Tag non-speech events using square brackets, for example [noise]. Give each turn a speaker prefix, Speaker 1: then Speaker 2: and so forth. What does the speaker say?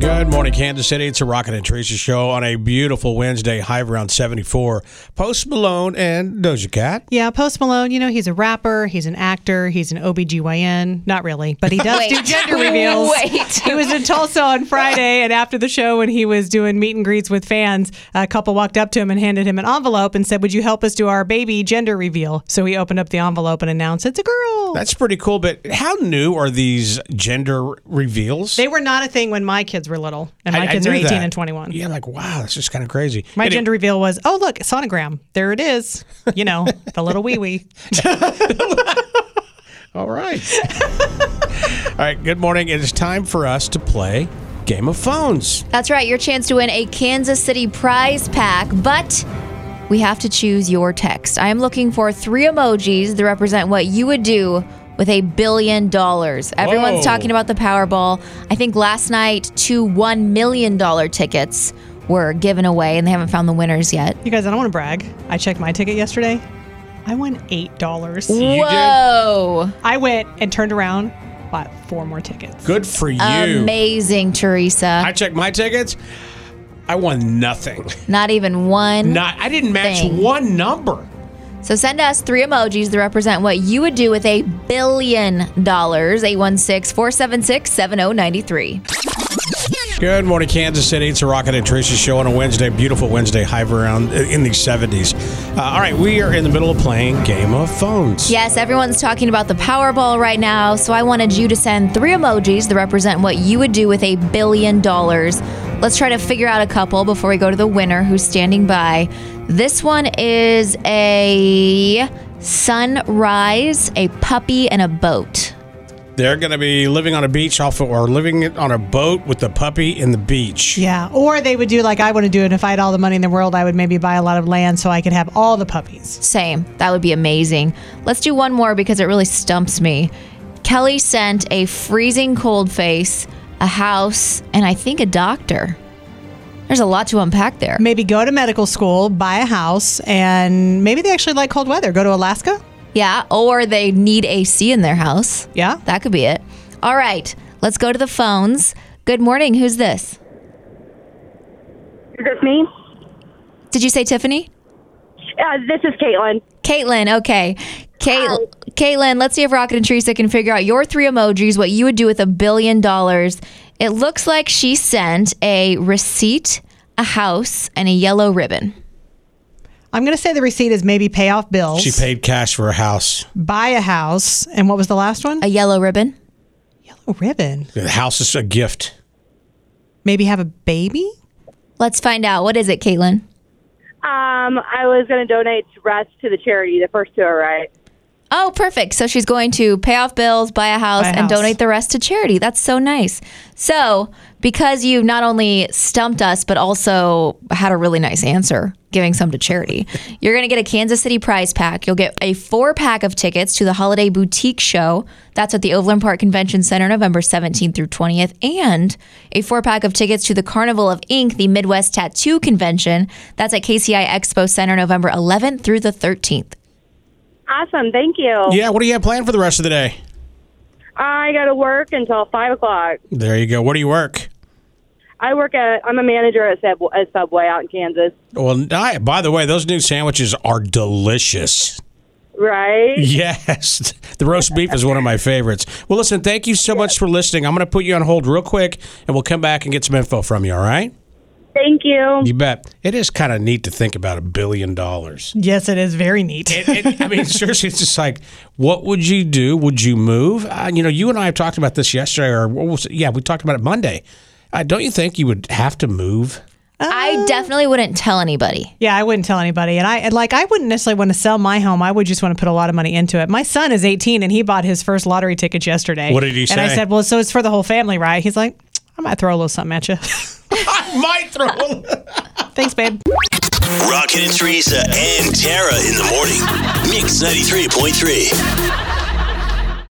Speaker 1: Good morning, Kansas City. It's a Rocket and Tracy show on a beautiful Wednesday, high of around 74. Post Malone and Doja Cat.
Speaker 2: Yeah, Post Malone, you know, he's a rapper, he's an actor, he's an OBGYN. Not really, but he does do gender reveals.
Speaker 3: Wait.
Speaker 2: He was in Tulsa on Friday, and after the show, when he was doing meet and greets with fans, a couple walked up to him and handed him an envelope and said, Would you help us do our baby gender reveal? So he opened up the envelope and announced, It's a girl.
Speaker 1: That's pretty cool, but how new are these gender reveals?
Speaker 2: they were not a thing when my kids were little, and my
Speaker 1: I- I
Speaker 2: kids are
Speaker 1: knew
Speaker 2: 18
Speaker 1: that.
Speaker 2: and 21.
Speaker 1: Yeah, like, wow, that's just kind of crazy.
Speaker 2: My
Speaker 1: Any-
Speaker 2: gender reveal was, oh, look, sonogram. There it is.
Speaker 1: [laughs]
Speaker 2: You know, the little wee wee.
Speaker 1: All right. [laughs] All right, good morning. It is time for us to play Game of Phones.
Speaker 3: That's right, your chance to win a Kansas City prize pack, but we have to choose your text. I am looking for three emojis that represent what you would do with a billion dollars. Everyone's
Speaker 1: Whoa.
Speaker 3: talking about the Powerball. I think last night, two $1 million tickets were given away, and they haven't found the winners yet.
Speaker 2: You guys, I don't want to brag. I checked my ticket yesterday. I won eight dollars.
Speaker 1: You did?
Speaker 3: Whoa!
Speaker 2: I went and turned around, bought four more tickets.
Speaker 1: Good for you.
Speaker 3: Amazing, Teresa.
Speaker 1: I checked my tickets. I won nothing.
Speaker 3: Not even one.
Speaker 1: Not I didn't match
Speaker 3: Thing.
Speaker 1: one number.
Speaker 3: So send us three emojis that represent what you would do with a billion dollars. 816 476 7093.
Speaker 1: Good morning, Kansas City. It's a Rocket and Tracy show on a Wednesday, beautiful Wednesday, high of around in the 70s. Uh, all right, we are in the middle of playing Game of Phones.
Speaker 3: Yes, everyone's talking about the Powerball right now. So I wanted you to send three emojis that represent what you would do with a billion dollars. Let's try to figure out a couple before we go to the winner who's standing by. This one is a sunrise, a puppy, and a boat.
Speaker 1: They're going to be living on a beach off of, or living it on a boat with the puppy in the beach.
Speaker 2: Yeah, or they would do like I want to do, and if I had all the money in the world, I would maybe buy a lot of land so I could have all the puppies.
Speaker 3: Same. That would be amazing. Let's do one more because it really stumps me. Kelly sent a freezing cold face, a house, and I think a doctor. There's a lot to unpack there.
Speaker 2: Maybe go to medical school, buy a house, and maybe they actually like cold weather. Go to Alaska.
Speaker 3: Yeah, or they need AC in their house.
Speaker 2: Yeah.
Speaker 3: That could be it. All right, let's go to the phones. Good morning. Who's this?
Speaker 4: Is this me?
Speaker 3: Did you say Tiffany?
Speaker 4: Uh, this is Caitlin.
Speaker 3: Caitlin, okay. Cait- Caitlin, let's see if Rocket and Teresa can figure out your three emojis, what you would do with a billion dollars. It looks like she sent a receipt, a house, and a yellow ribbon.
Speaker 2: I'm gonna say the receipt is maybe pay off bills,
Speaker 1: She paid cash for a house.
Speaker 2: buy a house, and what was the last one?
Speaker 3: A yellow ribbon?
Speaker 2: Yellow ribbon.
Speaker 1: The house is a gift.
Speaker 2: Maybe have a baby.
Speaker 3: Let's find out. What is it, Caitlin?
Speaker 4: Um, I was going to donate rest to the charity. The first two are right.
Speaker 3: Oh, perfect. So she's going to pay off bills, buy a house,
Speaker 2: Buy a
Speaker 3: and
Speaker 2: house.
Speaker 3: donate the rest to charity. That's so nice. So, because you not only stumped us, but also had a really nice answer, giving some to charity, you're going to get a Kansas City prize pack. You'll get a four pack of tickets to the Holiday Boutique Show. That's at the Overland Park Convention Center, November 17th through 20th, and a four pack of tickets to the Carnival of Ink, the Midwest Tattoo Convention. That's at KCI Expo Center, November 11th through the 13th.
Speaker 4: Awesome. Thank you.
Speaker 1: Yeah, what do you have planned for the rest of the day?
Speaker 4: I got to work until 5 o'clock.
Speaker 1: There you go. Where do you work?
Speaker 4: I work at, I'm a manager at, Sub- at Subway out in Kansas.
Speaker 1: Well, I, by the way, those new sandwiches are delicious.
Speaker 4: Right?
Speaker 1: Yes, [laughs] the roast beef is one of my favorites. Well, listen, thank you so much for listening. I'm going to put you on hold real quick, and we'll come back and get some info from you. All right?
Speaker 4: Thank you.
Speaker 1: You bet. It is kind of neat to think about a billion [laughs] dollars.
Speaker 2: Yes, it is very neat.
Speaker 1: It, it, I mean, seriously, it's just like, what would you do? Would you move? Uh, you know, you and I have talked about this yesterday, or what was it? yeah, we talked about it Monday. Uh, don't you think you would have to move?
Speaker 3: I definitely wouldn't tell anybody.
Speaker 2: Yeah, I wouldn't tell anybody. And I and like I wouldn't necessarily want to sell my home. I would just want to put a lot of money into it. My son is 18 and he bought his first lottery tickets yesterday.
Speaker 1: What did he
Speaker 2: And I
Speaker 1: say?
Speaker 2: said, "Well, so it's for the whole family, right?" He's like, "I might throw a little something at you."
Speaker 1: [laughs]
Speaker 2: [laughs]
Speaker 1: I might throw.
Speaker 2: Thanks, babe.
Speaker 5: Rocket and Teresa and Tara in the morning. Mix 93.3.